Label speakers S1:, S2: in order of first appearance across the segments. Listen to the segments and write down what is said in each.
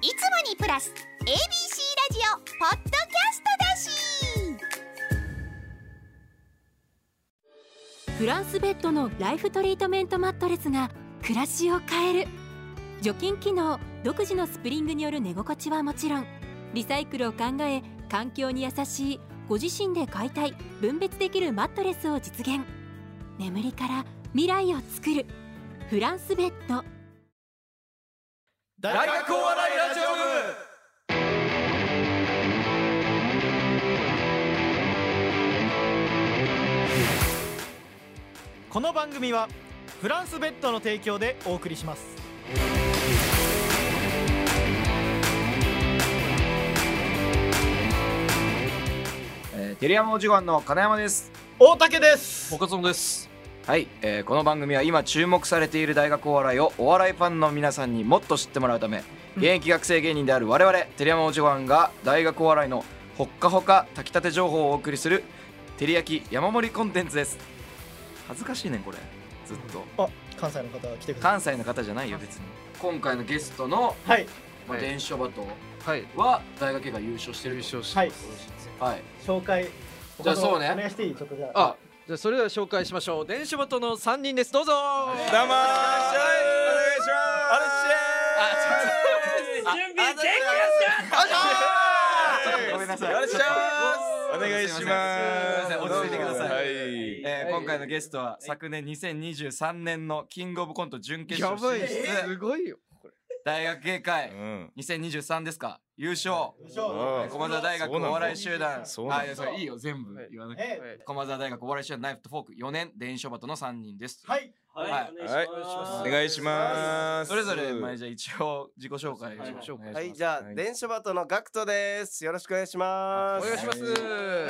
S1: いつもにプラス ABC ラジオポッドキャストだ
S2: しフランスベッドのライフトリートメントマットレスが暮らしを変える除菌機能独自のスプリングによる寝心地はもちろんリサイクルを考え環境に優しいご自身で解体分別できるマットレスを実現眠りから未来を作るフランスベッド
S3: 大学お笑いラジオ部この番組はフランスベッドの提供でお送りします
S4: えー、テレヤマおじごんの金山です
S3: 大竹です
S5: 岡園です
S4: はい、えー、この番組は今注目されている大学お笑いをお笑いファンの皆さんにもっと知ってもらうため、現役学生芸人である我々テレヤマおじごんが大学お笑いのほっかほか炊きたて情報をお送りするてりやき山盛りコンテンツです恥ずかしいねんこれずっと
S3: あ関西の方が来てください
S4: 関西の方じゃないよ別に今回のゲストの、
S3: はい
S4: まあ、伝書バト
S5: はい
S4: は大学が優勝してる
S5: 優勝し
S3: はい
S4: はい
S3: 紹介
S4: じゃあそうね
S3: お願いしていいちょっとじゃあ
S5: あじゃあそれでは紹介しましょう電子バトの三人ですどうぞ
S6: どうもーお願いします
S4: 準備できごめんなさい
S6: よろしくお願いします
S4: すません落ち着いてください
S6: はい
S4: えー
S5: はい
S4: 今回のゲストは昨年2023年のキングオブコント準決
S5: や
S4: 勝
S5: ば
S4: 進
S5: い
S4: 出
S5: すごいよ
S4: 大学芸会
S6: うん
S4: 2023ですか優勝
S6: あー
S4: 駒沢大学お笑い集団
S6: そうなんだ
S4: あいやそれいいよ全部言わなくて
S3: え
S5: はい
S4: 駒沢大学お笑い集団ナイフとフォーク4年伝書バトの3人です
S3: はい
S4: はい
S6: はいお願いします
S4: それぞれまあじゃあ一応自己紹介
S5: はい
S4: 自己紹介
S7: はい、
S4: お願
S7: じゃ
S6: は
S7: あ、
S6: い
S7: 電書バトのガクトです。よろしくお願いし
S5: お
S7: ます。
S5: 願いします
S4: いします
S6: ガ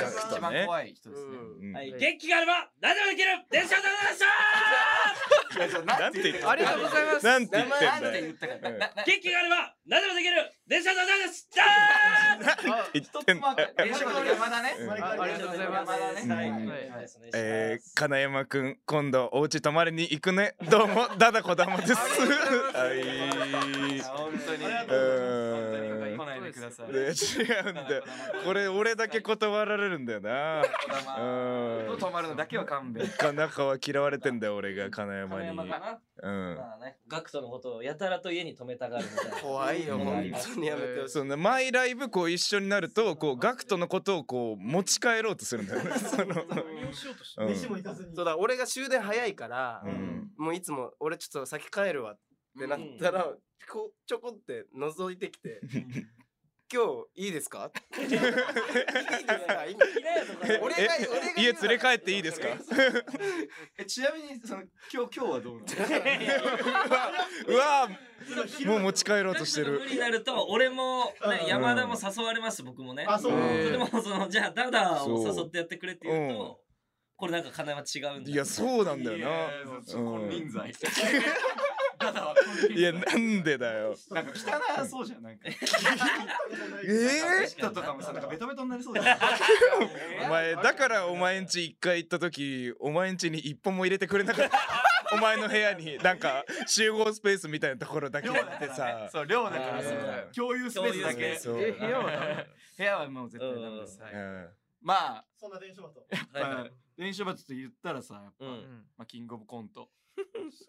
S4: 一
S6: クトね
S4: 番怖い人ですね
S6: うん
S8: はい、
S5: はい
S8: 元気があれば何でもできる電車でございました
S4: いやちょ
S6: なんて言った
S5: ありがとうございます
S6: なんて言
S4: な
S6: っ
S4: な
S6: て
S4: ん
S6: んだ
S4: て
S6: よ
S4: 言ったかななな
S8: 元気があれば何でもできる電車でございました
S6: 言ってんだよ
S4: 伝書バト山田ね
S6: うん
S5: あありがとうございま
S4: 山
S5: す
S4: 田ね
S6: うん
S4: はいはい
S6: えー、金山くん今度お家泊まりに行くねどうもダダこだまですはい
S4: いや本当に。
S3: ありが
S6: とうござ
S4: 本
S6: いま
S4: 当に来ないでください。
S6: ね違うんだよこれ俺だけ断られるんだよなうん
S4: 止まるのだけは勘弁。
S6: 中は嫌われてんだよ俺が金山に
S8: な
S6: うん
S8: まあねガクトのことをやたらと家に泊めたがるみたいな
S7: 怖いよ、
S6: うん
S7: 本当にやめてほしい。
S6: そうね、マイライブこう一緒になるとこうガクトのことをこう持ち帰ろうとするんだ よね。そのうん
S3: 飯も行かずに
S7: そうだ、俺が終電早いから
S6: う、ん
S7: もういつも、俺ちょっと先帰るわってなったら、こうちょこって覗いてきて、今日いいですかいいですかいい俺が
S6: え
S7: 俺が言うなら
S6: 家連れ帰っていいですか
S4: えちなみにその今日今日はどうなの？
S6: うわもう持ち帰ろうとして
S8: 無
S6: る
S8: 理になると俺も、ね
S3: うん
S8: 山田も誘われます僕もね
S3: あそう
S8: それでもそのじゃあダダを
S6: そう
S8: 誘ってやってくれって言うと、
S6: うん
S8: これなんか金は違うんだ
S6: いやそうなんだよ
S4: ちょっとこれ臨在。ただ
S6: な。いやなんでだよ。
S4: なんか汚そうじゃんなんか。
S6: え
S4: ベ
S6: ー
S4: ッドとかもさなんかベトベトになりそうじゃん。
S6: お前だからお前ん家一回行った時お前ん家に一歩も入れてくれなかった。 お前の部屋になんか集合スペースみたいなところだけ
S4: 量
S6: あ
S4: だ
S6: っ
S4: か
S6: て
S4: らね
S6: さ。。
S4: そう量だからさ
S6: うん
S4: 共有スペースだけ。
S6: そう
S5: え部屋はダメなの
S4: 部屋はもう絶対ダメです。はい
S6: うん
S4: まあ
S3: そんな電車バト
S8: はいはい
S4: まあ練習場ちょっと言ったらさやっぱ
S8: うん
S4: まあキングオブコント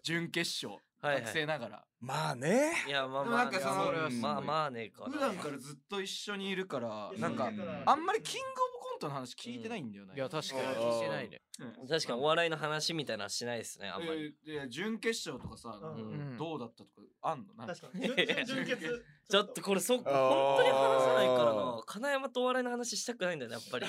S4: 準決勝
S8: はい
S4: 学
S8: はい
S4: 生ながら。
S6: まあね。
S8: いやまあ
S4: でも
S8: ま
S4: な
S8: あ
S4: んか
S8: ね
S4: その
S8: いやまあまあねかな
S4: 普段からずっと一緒にいるからなんか
S3: いや
S4: あんまりキングオブコントの話聞いてないんだよね。
S5: いや確かに
S4: うん
S5: 聞いてないね
S8: 確かにお笑いの話みたいなのはしないですねあんまり、
S4: えーで準決勝とかさ、
S3: うん
S8: うん
S5: うん
S4: どうだったとかあんのなんか
S3: 確かに準準準 決
S8: ちょっとこれそっか
S6: あー
S8: 本当に話さないからな金山とお笑いの話したくないんだよねやっ ぱり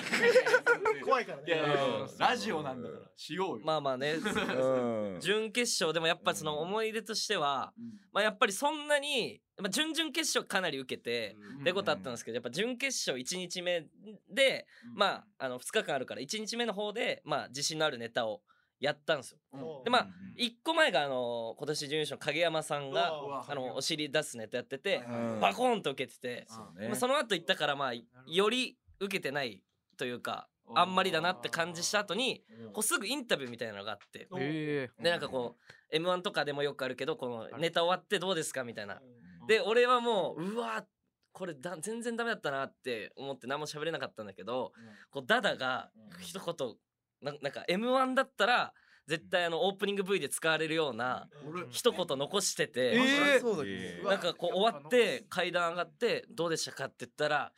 S3: 怖いから
S4: いやいやい
S3: ね
S4: や
S6: うん
S4: ラジオなんだからしようよ。
S8: まあまあね
S6: うん
S8: 準決勝でもやっぱその思い出としては、
S4: うん
S8: まあ、やっぱりそんなに、まあ、準々決勝かなり受けて、
S4: うん
S8: ってことあったんですけどやっぱ準決勝1日目で、まああの2日間あるから1日目の方で、まあ、自信のあるネタをやったんですよ。
S4: うん
S8: でまあ1個前があの今年準優勝の影山さんが
S3: うわ
S8: あのお尻出すネタやってて
S6: うん
S8: バコーンと受けてて、
S4: そう
S8: まあ、その後行ったからまあより受けてないというか
S4: うん
S8: あんまりだなって感じした後にこうすぐインタビューみたいなのがあって。
S3: うん
S5: え
S8: でなんかこう m 1とかでもよくあるけどこのネタ終わってどうですかみたいなで俺はもううわこれだ全然ダメだったなって思って何も喋れなかったんだけど、こうダダが一言ななんか m 1だったら絶対あのオープニング V で使われるような一言残してて、
S9: えそうだっけ
S6: えー
S8: なんかこう終わって階段上がってどうでしたかって言ったら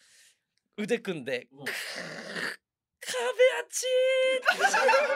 S8: 腕組んで「壁あち
S6: い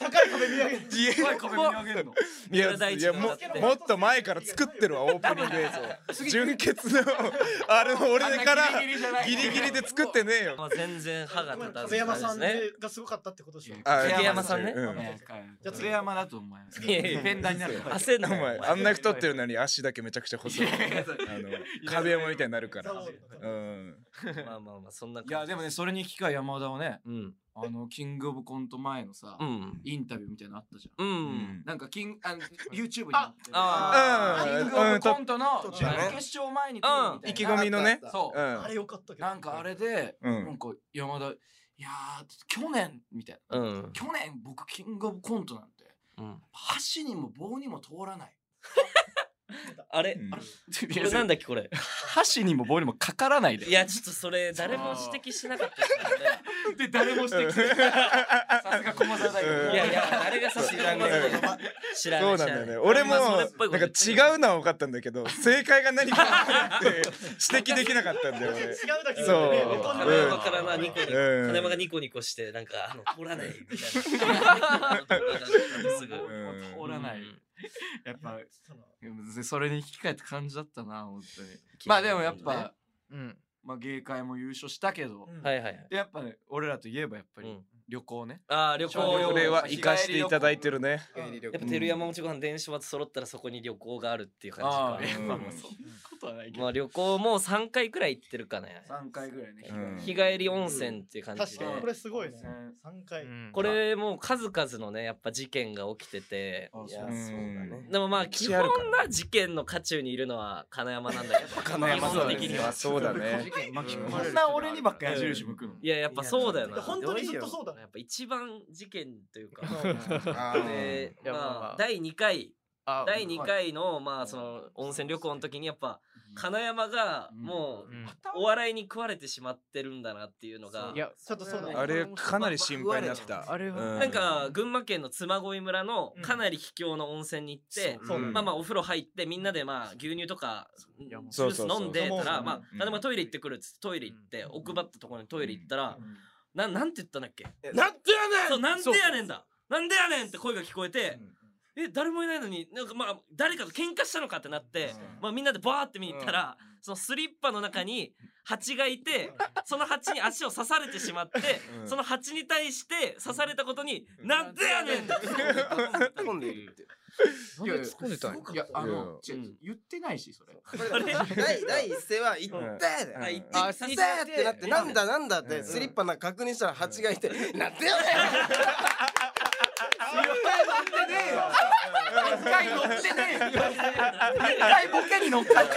S4: 高い壁見上げるの
S6: いやいやももっと前から作ってるわオープニング映像純潔のあれの俺からギリギリで作ってねえよ
S8: まあ全然歯が立たず
S3: 上山さん
S8: ね
S3: がすごかったってことでしょ。
S6: あ
S8: 竹山さんね
S6: うん
S4: じゃあ鶴山だとお前
S8: いやいや
S4: ペンダーになるから
S8: 焦ん
S6: お
S8: なよ
S6: 前
S8: お
S6: あん
S8: 前
S6: な太ってるのに足だけめちゃくちゃ 細いあの壁山みたいになるからうん
S8: まあまあまあそんない
S4: やでもねそれに聞か山田はね
S8: うん
S4: あのキングオブコント前のさ
S8: うん
S4: インタビューみたいなのあったじゃん
S8: うん
S4: なんかキンあの YouTube にあって
S8: あ
S4: キ
S6: ー
S4: ングオブコントの
S3: うん
S4: 準決勝前に撮るみたいな
S6: 意気込みのね
S4: そううん
S3: あれよかったけど。
S4: なんかあれで
S6: う
S4: なんんか山田いやー去年みたいな
S8: うん
S4: 去年僕キングオブコントなんて
S8: うん
S4: 箸にも棒にも通らない
S8: あれ
S6: うん
S8: これなんだっけこ れ
S10: 箸にも棒にもかからないで
S8: いやちょっとそれ誰も指摘しなかったですか
S4: で誰も指摘しないさすが駒沢大
S8: ら
S4: 学
S8: ねいやいや誰が指摘しなかった知らな
S6: そな
S8: いう知ら
S6: ん
S8: な
S6: だ
S8: い
S6: よね。俺も、
S8: 今そ
S6: な
S8: れ
S6: ん
S8: っ
S6: か
S8: ぽいこと言って
S6: 違
S8: るけど
S6: うのは分かったんだけど、正解が何か分かんなくて指摘できなかったんだよ、
S3: 違うだけ
S6: そう
S3: わかん
S8: 金
S3: ない
S8: 山からなニコ
S6: う
S8: ニコ
S6: ん
S8: 金山がニコニコしてなんかあの取らないみたいなすぐ
S6: 俺。
S4: 通
S6: うん
S4: らないやっぱそれに引き換えた感じだったな本当にまあでもやっぱ、
S10: うん
S4: まあ、芸会も優勝したけど、
S8: はいはいはい
S4: でやっぱね俺らといえばやっぱ
S8: う
S4: り
S8: ん
S4: 旅行ね、
S8: ああ旅行
S6: これは生かしていただいてるね。
S8: やっぱ照山もちご飯電子は揃ったらそこに旅行があるっていう
S4: あ
S8: 感
S4: あ
S8: じ
S4: やっ
S6: う
S8: か
S6: ん
S4: ぱもうそんなことはないけど、
S8: まあ旅行もう3回くらい行ってるかね
S4: 3回ぐらいね、
S6: うん
S8: 日帰り温泉っていう感じ
S3: 確
S8: で
S3: かにこれすごいね
S4: うん。
S3: 三回。
S8: これもう数々のねやっぱ事件が起きてて
S4: あ
S8: いや
S4: そう
S6: そうだね
S8: でもまあ
S6: 歴
S8: 基
S6: 史あ
S8: 本
S6: るから
S8: な事件の渦中にいるのは金山なんだけど
S9: 金山
S8: 基本的には
S6: そうだね。
S4: こんな俺にばっか矢印向くの、
S8: いややっぱそうだよ
S3: い
S8: な
S3: や本当にずっとそうだね
S8: や。っぱ一番事件というか
S6: あ
S8: で
S4: いやまあま
S8: まあ
S4: あ
S8: 第2回
S4: あ
S8: 第2回のまあその温泉旅行の時にやっぱ金山がもうお笑いに食われてしまってるんだなっていうのが
S3: いや、ちょっとそうだね。
S6: あれ、かなり心配になった。
S4: れ
S6: う
S8: なんか、群馬県の嬬恋村のかなり秘境の温泉に行って、
S3: そう
S6: うん
S8: まあまあお風呂入ってみんなでまあ牛乳とかジュ
S6: そう
S8: ース
S6: そうそう
S8: 飲んでたらま
S6: う
S8: あ
S6: ん
S8: 例えばトイレ行ってくるっつってトイレ行って奥ばったところにトイレ行ったらななんて言ったんだっけ
S9: え
S8: なんてやねんそうなんてやねんだなんでやねんって声が聞こえてえ誰もいないのになんかまあ誰かと喧嘩したのかってなってまあみんなでバーって見に行ったらそのスリッパの中に蜂がいてその蜂に足を刺されてしまって
S6: うん
S8: その蜂に対して刺されたことになんでやねん
S9: 込んでいるって。
S4: いや突っ込んでたいやあの違う
S8: うん
S4: 言ってないしそれ
S8: あれ
S9: 第第一声は行っ
S6: う
S9: た
S6: ん
S9: で。
S8: あ
S9: 行ったってなってなんだなんだっ
S6: う
S9: て
S6: ん
S9: スリッパなんか確認したら蜂がいてなんでよね
S4: 一回乗ってねえよ一回ボケに乗っかって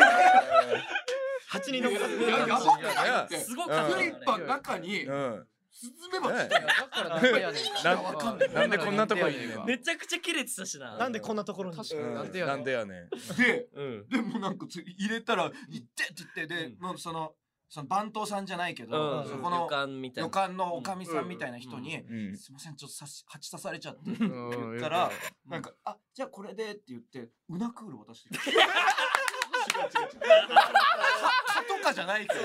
S3: 八人の数。
S4: いややばくないって
S8: すごかった
S4: フリッパの中に
S6: うん。
S4: スズメバチ
S6: な
S4: わかんない
S6: なんでこんなとこに
S8: めちゃくちゃ切れてたしな
S3: なんでこんなところに。
S6: うんなんでやねん。
S4: で
S8: うん
S4: でもなんかつ入れたら「いって」って言ってで、
S8: うん
S4: もうそのその番頭さんじゃないけ
S8: う
S4: ど、
S8: ん
S4: そこ
S8: 旅
S4: の
S8: 館みたい
S4: 旅
S8: な
S4: 館のおかみさんみたいな人に「
S6: うん。
S4: すいませんちょっと刺し蜂刺されちゃって」って言ったらなんか「あじゃあこれで」って言ってウナクール渡して きた 違う違う違う蚊とかじゃないから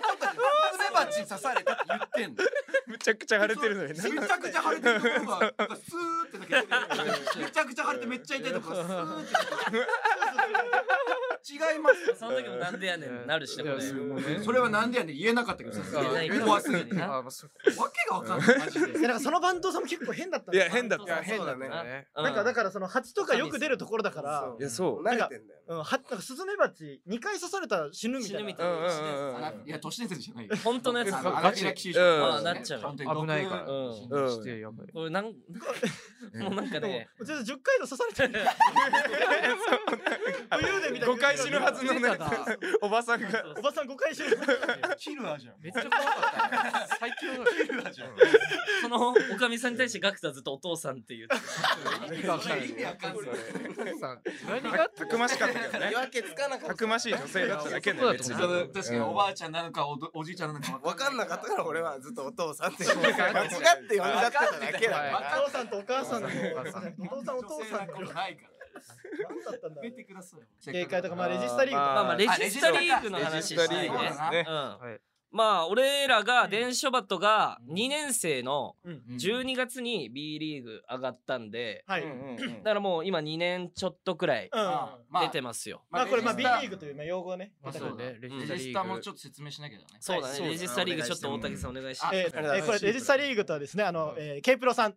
S4: 蚊とかじゃスズメバチに 刺されたって言ってんの
S6: むちゃくちゃ腫れてるのにな。
S4: めちゃくちゃ腫れてるところがなんかスーってだけ出てるめちゃくちゃ腫れてめっちゃ痛いところがスーって出てる違
S10: 違います
S8: その時もなんでやねんってなるしね
S10: いや
S8: これ
S10: それもね
S4: それはなんでやねん言えなかったけどさすが
S8: 言え
S4: に
S8: ない
S4: 怖すぎて
S8: 確かにな
S4: わけがわかんないマジで
S3: いやなんかその番頭さんも結構変だったん
S6: い
S3: だよ
S6: や変だっ
S9: いや
S6: た
S9: 変だね
S8: うん
S3: なんかだからその蜂とかよく出るところだから
S6: いやそう
S9: 慣れてんだよ
S3: うん、はなんかスズメバチ2回刺されたら死ぬみ
S8: 死
S3: た
S8: ぬ
S3: いな
S8: みたいな
S6: うんうんうんうん
S4: いや都市伝説じゃないよ
S8: 本当のやつ
S4: あ
S6: か
S4: のアナフィラキシーショ
S6: うん
S4: ッ
S8: あ
S4: ク
S8: なっちゃうよ
S4: 危ないから
S8: うん
S6: うん
S8: これなんもうなんかね
S3: ちょっと10回の刺されたら武勇伝みたいな
S6: 誤解死ぬはずのねおばさんが
S3: おばさん5回死ぬ
S4: キルアじゃん
S5: めっちゃ怖かった最強だ
S4: キルアじゃん
S8: そのおかみさんに対してガクタはずっとお父さんっていう
S4: 意味わかんない意味わかんない
S5: 何があった
S6: くましかったけどね
S9: 見分けつかなかった
S6: たくましい女性だっただけね別に
S4: その確かにおばあちゃんなのかおどおじいちゃんなのか
S9: 分かんなかったから俺はずっとお父さんって間違って呼んじゃってただけだよ
S3: お父さんとお母さんのお父さんお
S4: 女
S3: 父
S4: 性
S3: さ
S4: なんん
S3: の
S4: かもないから
S3: 何だったんだ
S4: やめてください
S3: 警戒とかまあレジスタリーグとか
S8: まあまあレジスタリーグの
S6: レ
S8: 話
S6: ジ
S8: し
S6: ス
S8: た
S6: タ
S8: い
S6: リ
S8: ね
S6: ーグですね
S8: うん
S5: はい
S8: まあ俺らが電書バトが2年生の
S4: うん
S8: 12月に B リーグ上がったんで
S3: はい、うん
S8: だからもう今2年ちょっとくらい
S3: ま
S4: まあ
S8: 出てますよ
S3: あこれまあ
S4: レ
S3: B リ
S4: ジスタ
S3: ーグというまあ用語ね、
S5: まあそうねレジ
S8: うん
S5: スタ
S4: レ
S5: リ
S4: ジス
S5: ー
S4: タ
S5: グ
S4: もちょっと説明しなきゃだね
S8: そうだね
S9: はいそうだね
S8: レジスタリーグちょっと大竹さんお願いします
S3: えーえーこれレジスタリーグとはですねあの、えー、K プロさん、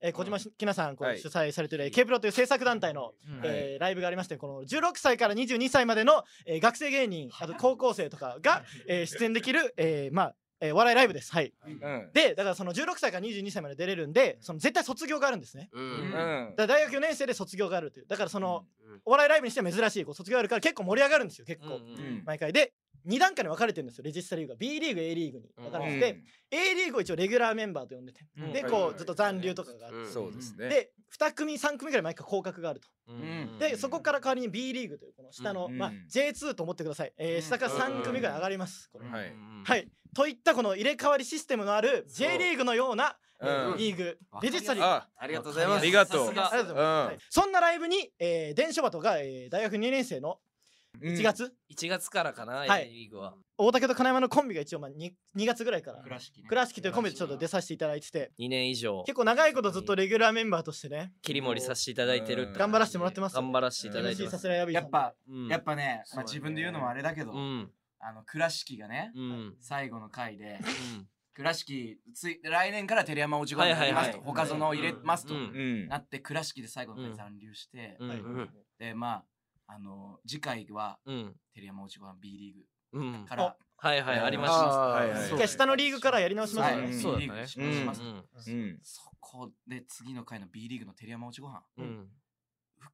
S3: えー、小島しきなさんこ
S6: は
S3: う
S6: い
S3: 主催されている K プロという制作団体の、
S5: うん
S3: えーライブがありましてこの16歳から22歳までの、えー、学生芸人あと高校生とかが、えー、出演できる、えー、まあえー、お笑いライブですはい
S6: うん
S3: でだからその16歳から22歳まで出れるんでその絶対卒業があるんですね
S9: うん
S6: うん
S3: だから大学4年生で卒業があるというだからその、お笑いライブにしては珍しいこう卒業あるから結構盛り上がるんですよ結
S8: うん
S3: 構、
S8: うん
S3: 毎回で2段階に分かれてるんですよレジスタリーグが B リーグ A リーグに分かれてて、A リーグを一応レギュラーメンバーと呼んでて、
S8: うん
S3: で
S6: はいはい
S3: こ
S6: は
S3: う
S6: い
S3: ちょっと残留とかがあって、
S9: うん
S6: そうですね
S3: で2組3組ぐらい毎回降格があると、
S8: うん
S3: でそこから代わりに B リーグというこの下の、
S6: うん
S3: まあ
S6: うん、
S3: J2 と思ってください、えー下から3組ぐらい上がります、これ
S6: はい
S3: はいといったこの入れ替わりシステムのある J リーグのような、えー
S6: うん
S3: リーグ
S4: わか
S3: レ
S4: りや
S3: ジ
S4: す
S3: スタ
S4: い
S3: リーグ
S6: あ
S9: ありがとうございます
S6: ありがとう
S8: さすが
S3: ありがとうございますはいそんなライブに、えー、伝書バトが、えー大学2年生の1月、
S8: 1月からかな
S3: はい
S8: A リーグは
S3: 大竹と金山のコンビが一応、まあ、2, 2月ぐらいから
S4: 倉敷ね
S3: 倉敷というコンビでちょっと出させていただいてて
S8: 2年以上
S3: 結構長いことずっとレギュラーメンバーとしてね
S8: 切り盛りさせていただいてるって
S3: 頑張らせてもらってますよ
S8: 頑張らせていただいて
S3: MC
S8: ま
S3: さ
S8: す
S3: すらいやび
S4: や
S3: さん
S4: っぱ
S8: うん
S4: やっぱね
S5: そう
S4: まあ
S5: だね
S4: 自分で言うのもあれだけど
S8: うん
S4: あの倉敷がね
S8: うん
S4: 最後の回で
S8: うん
S4: 倉敷つい来年から照山おじごに入れますと
S8: はいはいはい
S4: 他園を入れますと
S8: うん
S6: うん
S4: なって倉敷で最後の
S8: うん
S4: 回残留して
S8: うんうん
S4: でまああの次回は
S8: うん
S4: 照山おじごは B リー
S8: うん
S4: グから
S8: はいはいありまし
S6: あ
S8: た
S6: ーはいはい
S3: 一回下のリーグからやり直します
S4: は
S3: ね、
S4: い B リ
S5: そうだね
S4: ーグします
S8: う
S4: と
S8: ん
S6: うん
S4: そこで次の回の B リーグの照山おちご飯
S8: うん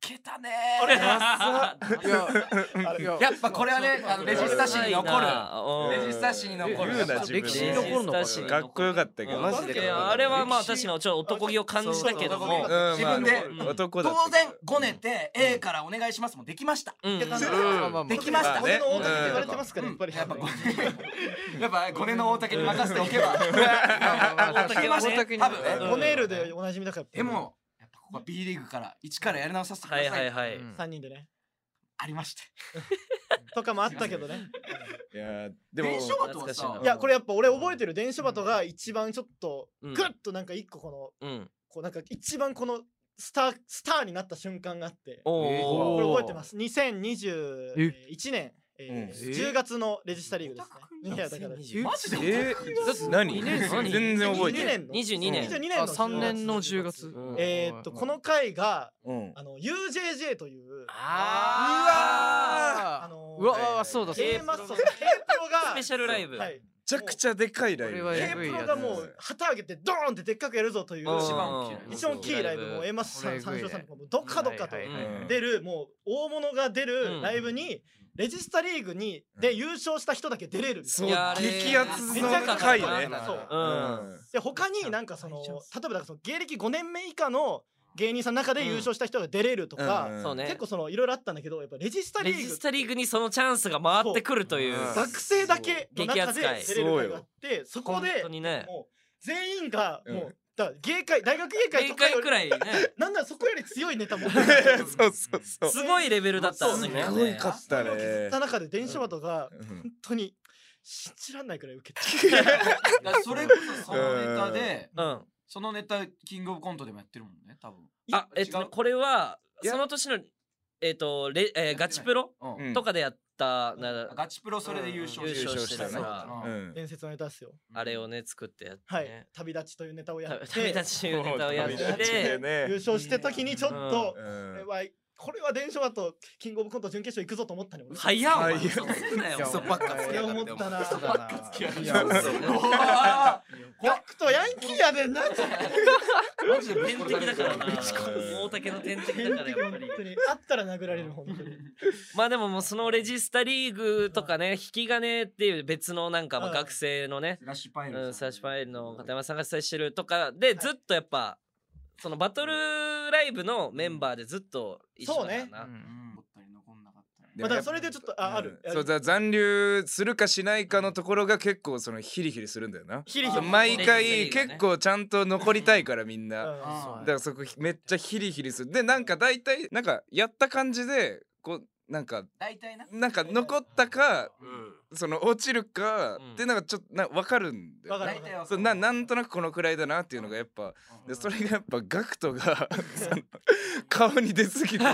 S4: 受けたね
S3: あれ
S4: ーやっぱこれはねあのレジスタ誌に残るレジスタ誌に残る
S6: 言うな自分で
S5: 歴史に残るのか
S8: レジスタ誌に
S5: こ
S6: か
S8: 残る
S6: っこよかったけど
S8: うん
S6: マジ
S9: ジで
S8: いやあれはまあ確かにちょっと男気を感じたけども
S6: うん
S4: 自分で
S6: まあ男だ
S4: 当
S6: ったけ
S4: 然
S6: ど
S4: ごねて A からお願いしますもできました
S8: うん
S4: できました
S6: まあね
S3: 俺の大竹って言われて
S4: や
S3: ますからやっぱり、
S4: っぱ ごね やっぱごねの大竹に任せておけば できましたよ多分
S8: うん
S4: ね
S3: ゴネールでおなじみだから
S4: でもやっぱここは B リーグから一からやり直させてく
S8: は
S4: だ
S8: い
S4: さ
S8: はい
S4: い
S8: はい
S3: 3人でね
S4: ありまして
S3: とかもあったけどね
S6: いやーでも
S4: 電書バトは
S8: 懐かし
S4: さ
S8: い
S3: いやこれやっぱ俺覚えてる電書バトが一番ちょっと
S8: う
S3: グ
S8: ん
S3: ッとなんか一個この
S8: うん
S3: こうなんか一番このスタースターになった瞬間があって
S8: お
S3: こ
S8: お
S3: れ覚えてます。2021年、えー
S5: うん
S3: 10月のレジスタリーグですね。いやだから
S5: え
S3: 22
S4: マジで
S6: え
S5: だって
S6: ー何
S5: 二年生
S6: 全然覚えてない
S3: 年の
S8: 22年
S3: 22年
S5: あ
S3: の
S5: 3年の
S3: 10
S5: 10
S3: 月
S5: 月
S3: えーっとこの回が
S6: うん
S3: あの UJJ という
S8: あ
S3: あのー
S5: うわーそうだそう
S3: K
S5: だ
S3: マストさん K プロが
S8: スペシャルライブ
S3: はい
S6: めちゃくちゃでかいライ
S5: こ
S6: ブ
S5: れは
S3: K
S5: えぐい
S3: プ
S5: やつ
S3: ロがもう旗上げてドーンってでっかくやるぞという
S8: うん
S4: 一番大きいライブ
S3: 一番大きいライブもう A マストさん
S5: こ
S3: 三
S5: れえ
S3: 章
S5: ぐい
S3: さん
S5: ね
S3: とかもどっかどっかと
S5: はいはい
S8: はい
S6: うん
S3: 出るもう大物が出
S8: うん
S3: るライブにレジスタリーグにで優勝した人だけ出れるみたいな
S6: そう
S8: いやあれ
S6: 激アツの回ね
S3: そう
S8: う
S6: うん
S3: で他になんかその例えばだからその芸歴5年目以下の芸人さんの中で優勝した人が出れるとか、
S6: うん
S8: そうね
S3: 結構そのいろいろあったんだけどやっぱレジスタリ
S8: レ
S3: ー
S8: ジ
S3: グ
S8: スタリーグにそのチャンスが回ってくるという
S6: そううん
S3: 学生だけの中で
S8: 激扱い
S3: 出れる会があってそこ
S8: 本
S3: で
S8: 当にね
S3: もう全員がもう、
S6: うん
S3: だから芸会大学芸会
S8: 正
S3: とか
S8: 解
S3: より
S8: くらいね
S3: なんならそこより強いネタも
S6: そうそうそう
S8: すごいレベルだったんだけど
S6: す
S8: ね
S6: ごいかったね
S3: 削った中で電車バトが
S6: うん
S3: 本当に信じらんないくらい受 けて
S4: だからそれこそそのネタで
S8: うん
S4: そのネタキングオブコントでもやってるもんね多分
S8: あえっ
S4: 違
S8: と
S4: う
S8: これはい
S6: や
S8: その年のえっ、とレ、えーガチプロ
S6: うん
S8: とかでやった、な
S4: ガチプロそれで優勝
S8: 優勝してた
S6: 優勝
S8: から、
S4: ね
S6: うん
S3: 伝説のネタっすよ。
S8: あれをね作ってやって、
S3: はい
S8: ね。
S3: 旅立ちというネタをやって。
S8: 旅立ちいうネタをやっ
S6: もう旅立ちで
S8: て、
S6: ね
S3: 優勝して時にちょっと、
S6: うん
S3: えわいこれは電車だとキングオブコント準決勝行くぞと思ったね俺
S8: 早っお前
S6: 早い
S8: 嘘つくなよ
S9: 嘘ばっかつ
S3: そ
S9: け
S3: れ
S9: や
S3: 思
S9: が
S3: っ
S9: ってお
S3: た
S9: 前
S3: な
S9: 嘘ばっかつけやがって
S4: や嘘
S3: ガクとヤンキーやでんな
S4: マジで
S8: 天敵だ からな
S4: ぶち殺す
S8: 大竹の天敵だからやっぱ
S3: 本
S8: り
S3: 当にあったら殴られる本当に
S8: まあでももうそのレジスタリーグとかね引き金っていう別のなんかまあ
S3: うん
S8: 学生のね
S4: スラッシュパイルさん
S8: うんサーシュパイルの片山さんが主催してるとかでずっとやっぱそのバトルライブのメンバーでずっと一緒だからな、
S4: もったり残んなかった
S6: で
S3: まあだから
S6: もやっぱ
S3: それでちょっとあある
S6: うんそうだ残留するかしないかのところが結構そのヒリヒリするんだよな
S3: ヒリヒリ
S6: 毎
S8: レ
S6: 回
S8: ジスタリーがね
S6: 結構ちゃんと残りたいからみんな
S3: うん
S4: あ
S6: だからそこめっちゃヒリヒリするでなんか大体なんかやった感じでこうなんか
S4: 大体な
S6: なんか残ったか
S9: うん
S6: その落ちるか
S8: うん
S6: ってなんかちょっとな分かるんだよ
S3: わかる
S4: 大体は
S6: そうななんとなくこのくらいだなっていうのがやっぱでそれがやっぱガクトがその顔に出過ぎて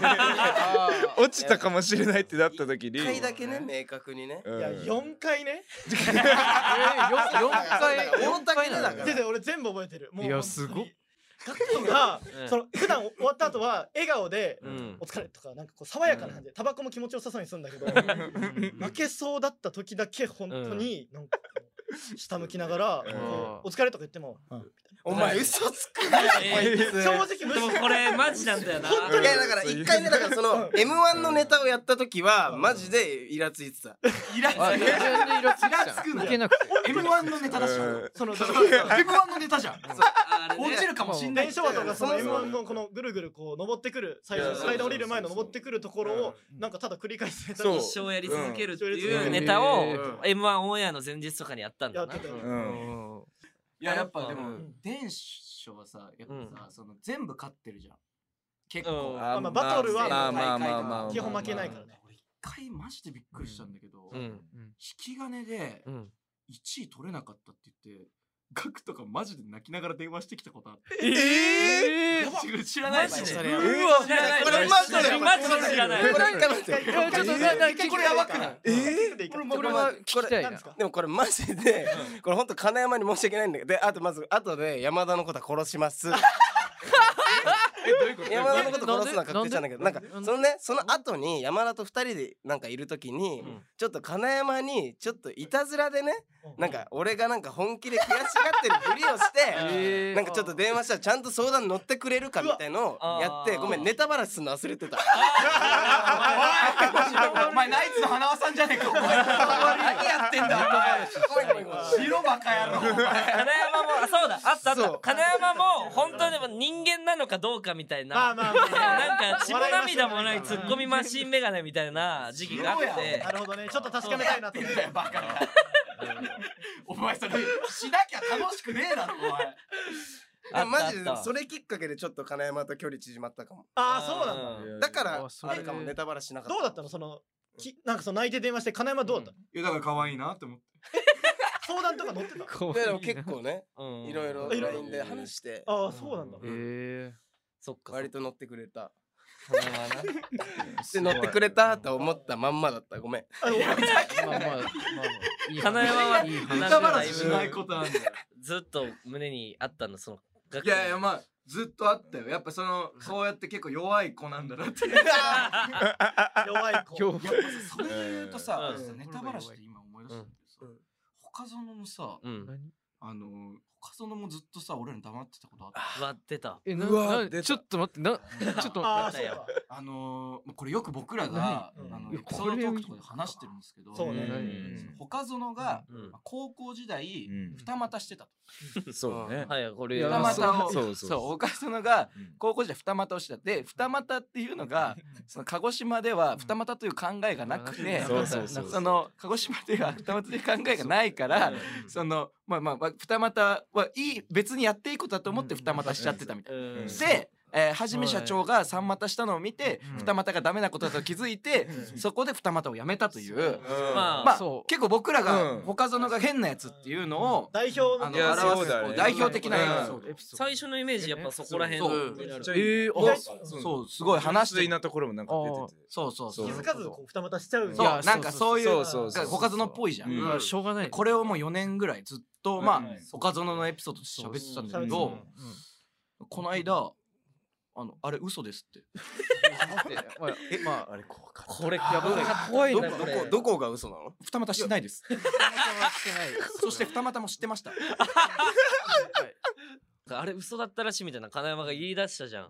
S6: 落ちたかもしれないってなった時に
S9: 一回だけね明確にね
S6: うん
S3: いや4回ね
S5: 四回
S9: 大竹ねだか
S3: 先
S9: ら
S3: 生俺全部覚えてるもう
S11: いや
S3: 本当に
S11: すごっ
S3: ガクトが
S8: うん
S3: その普段終わった後は笑顔で
S8: うん
S3: お疲れとかなんかこう爽やかな感じでタバコも気持ちよさそうにするんだけど負けそうだった時だけ本当になんか下向きながら
S6: うん
S3: こうお疲れとか言っても
S9: お前嘘つくなよこいつ
S3: 正直無
S8: で
S3: 視
S8: もこれマジなんだよな
S3: 本
S9: いやだから一回ねだからその M1 のネタをやった 時はマジでイラついてた。
S5: あ全然イラついて
S4: イラつく
S5: た
S4: の
S5: いけなくて
S4: M1 のネタだし
S6: う
S4: そ
S6: ん
S4: の M1 のネタじゃん
S8: あれね
S4: 落ちるかもしんない
S3: 電車とかその
S9: そうそう
S3: M1 のこのぐるぐるこう登ってくる最
S6: いや
S3: 初スライド
S6: そう
S3: 降り
S6: そうそう
S3: る前の登ってくるところをなんかただ繰り返してた
S6: そう
S8: 一生やり続けるって
S3: うん
S8: いうネタを
S5: うん
S8: m 1オンエアの前日とかにやったんだ
S3: やっ
S8: な
S3: てたよ
S6: うん
S4: いややっぱで
S8: う
S4: も
S3: ん
S4: 電子はさやっぱさその全部勝ってるじゃん結
S8: うん
S4: 構
S3: まあまあバトルは
S6: ま
S4: 大
S6: あま
S4: 会
S6: あま
S4: と
S6: あま
S4: か
S6: あ
S3: 基本負けないからね
S4: 俺一回マジでびっくりしたんだけど
S8: う
S4: 引
S8: ん
S4: き金で
S8: うん
S4: 1位取れなかったって言ってガクとかマジで泣きながら電話してきたことあって
S6: え
S4: ガチ知らない
S8: マジで
S4: こ
S9: そ
S4: れ
S9: れは
S8: うわ知らない
S9: これマジで
S8: マジで知らない
S9: これなんか待っ
S3: ち
S9: て
S3: ょっと
S4: これやばくない
S3: ええでいいか
S5: これは聞きたい
S3: なんで
S5: な
S3: すか
S9: でもこれマジでこれ本当金山に申し訳ないんだけどであとまずあとで山田のことは殺します。山田のこと殺すのは確定したんだけど
S5: な
S9: なんん
S5: で
S9: かそのねその後に山田と二人でなんかいる時に
S8: ん
S9: ちょっと金山にちょっといたずらでねなんか俺がなんか本気で悔しがってるふりをしてなんかちょっと電話したらちゃんと相談乗ってくれるかみたいのをやって
S8: うわ
S9: ごめんネタバラシするの忘れてた。
S4: お前ナイツの花輪さんじゃねえかお前何やってんだお前白バカ野郎お前
S8: 金山もあそうだあったあっ
S9: そ
S8: た
S9: う
S8: 金山も本当にでも人間なのかどうかみたいな、
S3: まあまあまあ
S8: なんか血も涙もないツッコミマシンメガネみたいな時期があって
S3: なるほどねちょっと確かめたいなと思って
S4: バカがお前それしなきゃ楽しくねえだろお前
S8: あったあった
S9: マジでそれきっかけでちょっと金山と距離縮まったかも。
S3: ああそうなんだ
S8: うん
S9: だから
S5: あそれ
S9: あれかもネタバラシしなかった。
S3: どうだったのそのきなんかその泣いて電話して金山どうだったの
S4: いやだから可愛いなって思って
S3: 相談とか乗ってた
S9: ででも結構ね
S8: うん
S9: いろいろ
S3: いろいろ
S9: LINE で話して
S3: ああそうなんだ
S5: え
S8: そっか
S9: 割と乗ってくれた。
S8: そっか金山な
S9: で乗ってくれたと思ったまんまだったごめん。
S3: あお
S5: えまあまあまあまあいい話
S8: 金山はい
S5: い話
S4: ネ
S8: なんか
S4: タ
S8: だ
S4: バ
S8: い
S4: ラ
S8: ぶ
S4: シしないことなんだよ
S8: ずっと胸にあったんだその
S4: いやいやまあずっとあったよやっぱそのそうやって結構弱い子なんだなってやっ
S3: 弱い子
S4: ぱそれで言うとさ
S8: うん
S4: 私さネタバラシって今思い出したんだけどさ他園もさ
S8: うん
S4: あのー他園もずっとさ俺らに黙ってたことあった
S8: 割ってた
S5: えな
S6: うわ
S5: な
S6: 出た
S5: ちょっと待ってなちょっと
S3: ああ
S5: 待
S3: そうだ
S4: あのーこれよく僕らが、
S3: うん
S4: あの
S5: いや
S4: エピソードトークとかで話してるんですけど、
S3: そうね
S4: うん他園が、
S8: うん
S4: まあ高校時代、
S6: うん
S4: 二股してたと。
S6: そうね
S8: はいこれ
S5: いや
S4: 二股を、
S6: そうそうそう
S4: そう、岡園が
S6: うん
S4: 高校時代二股をしてた。で、二股っていうのが、その鹿児島では二股という考えがなくて、
S6: そうそうそうそう
S4: その鹿児島では二股という考えがないから、その、まあまあまあ、二股はいい、別にやっていいことだと思って二股しちゃってたみたいな。
S8: うん
S6: うん
S4: でえーはじめ社長が三股したのを見て、二股がダメなことだと気づいて、そこで二股をやめたという、まあ
S5: そ
S4: 結構僕らが、
S6: うん
S4: 他園が変なやつっていうのを、
S3: 代表の
S4: あの
S6: いや
S4: 表す
S6: そうだね
S4: 代表的なエピソード
S8: 最初のイメージやっぱそこら辺
S4: そう
S8: うん
S6: えー、
S4: 意外
S6: あ
S4: そう
S6: そう
S4: すごい話
S6: 純粋
S4: して
S6: なところもなんか出てて
S4: そうそうそう
S3: 気づかずこう二股しちゃう
S4: そうなんかそういう
S6: そうそうそう
S4: 他園っぽいじゃん、
S6: うん
S4: うん
S5: しょうがない
S4: これをもう4年ぐらいずっとまあ、
S6: うん
S4: 岡園のエピソードとして喋ってたんだけ
S3: そう
S4: ど、
S3: そう
S4: この間あのあれ嘘ですって
S5: えまああれ怖かっ
S8: これやばい怖い
S9: ど
S8: な
S9: こ
S8: これ
S9: どこが嘘なの
S4: 二股してないですそして二股も知ってました
S8: あれ嘘だったらしいみたいな金山が言い出したじゃん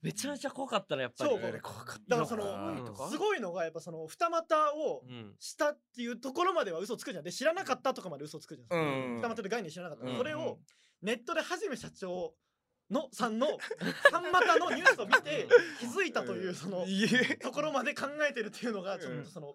S8: めちゃめちゃ怖かったなやっぱり
S3: そう
S8: ね
S3: 怖かっただからそのすごいのがやっぱその二股を
S8: うん
S3: したっていうところまでは嘘つくじゃんで知らなかったとかまで嘘つくじゃん、
S6: うん
S3: 二股で概念知らなかった、
S6: うん
S3: それをネットではじめ社長のさんの三股のニュースを見て気づいたというその
S6: いえ
S3: ところまで考えてるっていうのがちょ
S6: う
S3: っ
S6: ん
S3: とその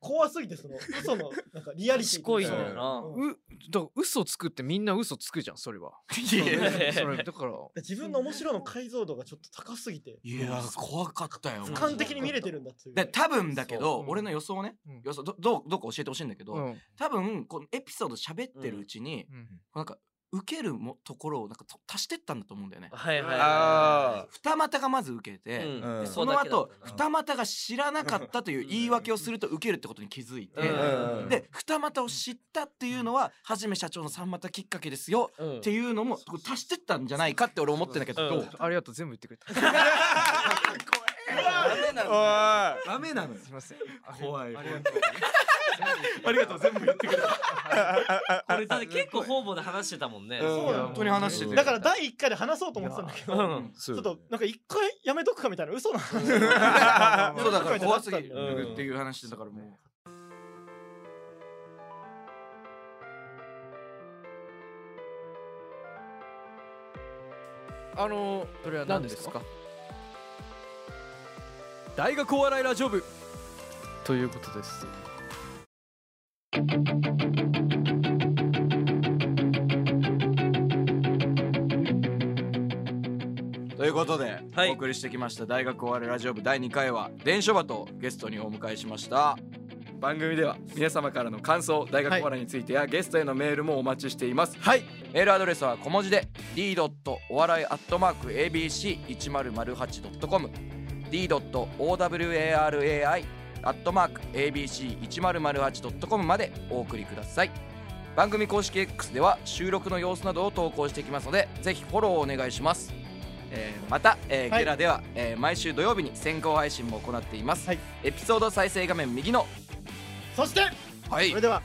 S3: 怖すぎてその嘘のなんかリアリティ
S5: 賢い
S3: み
S8: そ
S3: た
S8: う
S3: な
S8: だよな
S3: うん
S5: うだから嘘つくってみんな嘘つくじゃんそれは
S4: いやいや
S5: それだから
S3: 自分の面白の解像度がちょっと高すぎて
S4: いや怖かったよ
S3: 俯瞰的に見れてるんだっていう
S4: で多分だけど、
S5: そう
S4: 俺の予想ね、
S5: うん
S4: 予想どどうどうか教えてほしいんだけど、
S5: うん
S4: 多分このエピソード喋ってるうちに、
S5: うん
S4: なんか受けるもところをなんかと足してったんだと思うんだよね
S8: はいはい
S6: あ
S4: 二股がまず受けて、
S8: うん
S6: うん
S4: でその後二股が知らなかったという言い訳をすると受けるってことに気づいて、
S8: うん
S4: で二股を知ったっていうのははじめ社長の三股きっかけですよ
S8: うん
S4: っていうのもこう足してったんじゃないかって俺思ってんだけど、どう
S5: ありがとう全部言ってくれた
S9: ダメな
S6: ー お
S9: の
S6: い
S4: ダメなのよ
S5: すいません
S4: 怖い
S5: ありがとう
S4: ありがとう全部言ってくれた
S8: これだって結構方々で話してたもんね
S4: うん
S3: そうなの
S4: 本当に話してて
S3: だから第一回で話そうと思ってたんだけど、
S8: うん
S3: ちょっとなんか一回やめとくかみたいな嘘な話
S4: そうだから怖すぎ
S3: うん
S4: るっていう話だからもう。
S5: あのそれは何ですか
S11: 大学お笑いラジオ部
S5: ということです
S4: ということで、
S8: はい
S4: お送りしてきました大学お笑いラジオ部第2回は伝書バとゲストにお迎えしました番組では皆様からの感想大学お笑いについてや、ゲストへのメールもお待ちしていますはいメールアドレスは小文字で d. お笑い @abc1008.com d. o w a r a i @abc1008.com までお送りください番組公式 X では収録の様子などを投稿していきますのでぜひフォローをお願いします、えーまた、えー
S3: はい
S4: ゲラでは、えー毎週土曜日に先行配信も行っています、
S3: はい
S4: エピソード再生画面右の
S3: そして
S4: は
S3: そ
S4: い
S3: れ
S4: 次
S3: では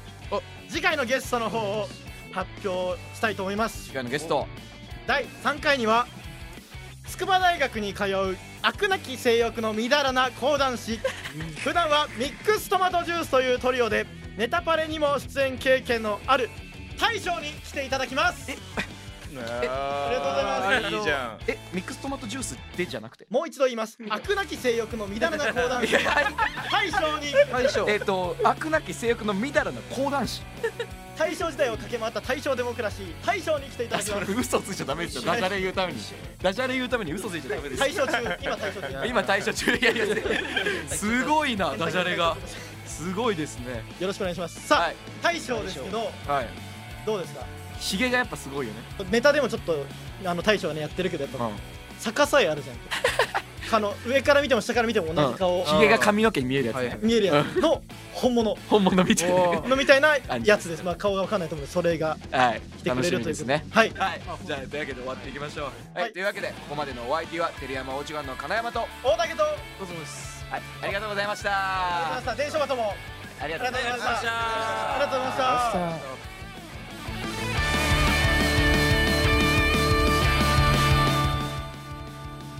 S3: 次回のゲストの方を発表したいと思います
S4: 回のゲスト
S3: 第3回には筑波大学に通う飽くなき性欲のみだらな講談師普段はミックストマトジュースというトリオでネタパレにも出演経験のある大将に来ていただきます
S6: あ
S3: ありがとうございます
S6: いいじゃん
S4: えミックストマトジュースでじゃなくて
S3: もう一度言います飽くなき性欲のみだらな講談師大将に
S4: 大将えっと悪なき性欲のみだらな講談師
S3: 大正時代を駆け回った大正デモクラシー大正に来ていただき
S4: そ
S3: ま
S4: れ
S3: す
S4: 嘘ついちゃダメですよダジャレ言うためにダジャレ言うために嘘ついちゃダメです
S3: 大正中今大正 中
S4: 今大将中いやいやすごいなダジャレがすごいですね
S3: よろしくお願いしますさあ、
S4: はい
S3: 大将ですけど
S4: はい
S3: どうですか
S4: ヒゲがやっぱすごいよね
S3: ネタでもちょっとあの大将がねやってるけどやっぱ、
S4: うん
S3: 坂さえあるじゃんあの上から見ても下から見ても同じ顔、
S4: ヒゲが髪の毛に見えるやつ
S5: は
S4: ね
S5: い
S3: 見えるやつの本物
S4: 本物みたいな
S5: お
S3: のみたいなやつですまあ顔が分かんないと思うけどそれが
S4: はい
S3: 来てく
S4: 楽
S3: れ
S4: し
S3: る
S4: み
S3: とい
S4: で
S3: うことで
S4: すね
S3: はい
S4: はいじゃあというわけで終わっていきましょうは
S3: はいい
S4: というわけでここまでのお相手は照山大内湾の金山とはい
S3: 大竹と
S4: ありがとうございました
S3: 山下伝承バトも
S4: あり
S3: あり
S4: が
S3: がとうございましたあ
S8: あ
S3: りがとうございました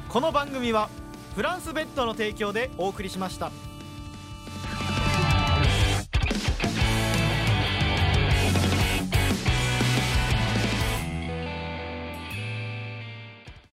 S11: この番組はフランスベッドの提供でお送りしました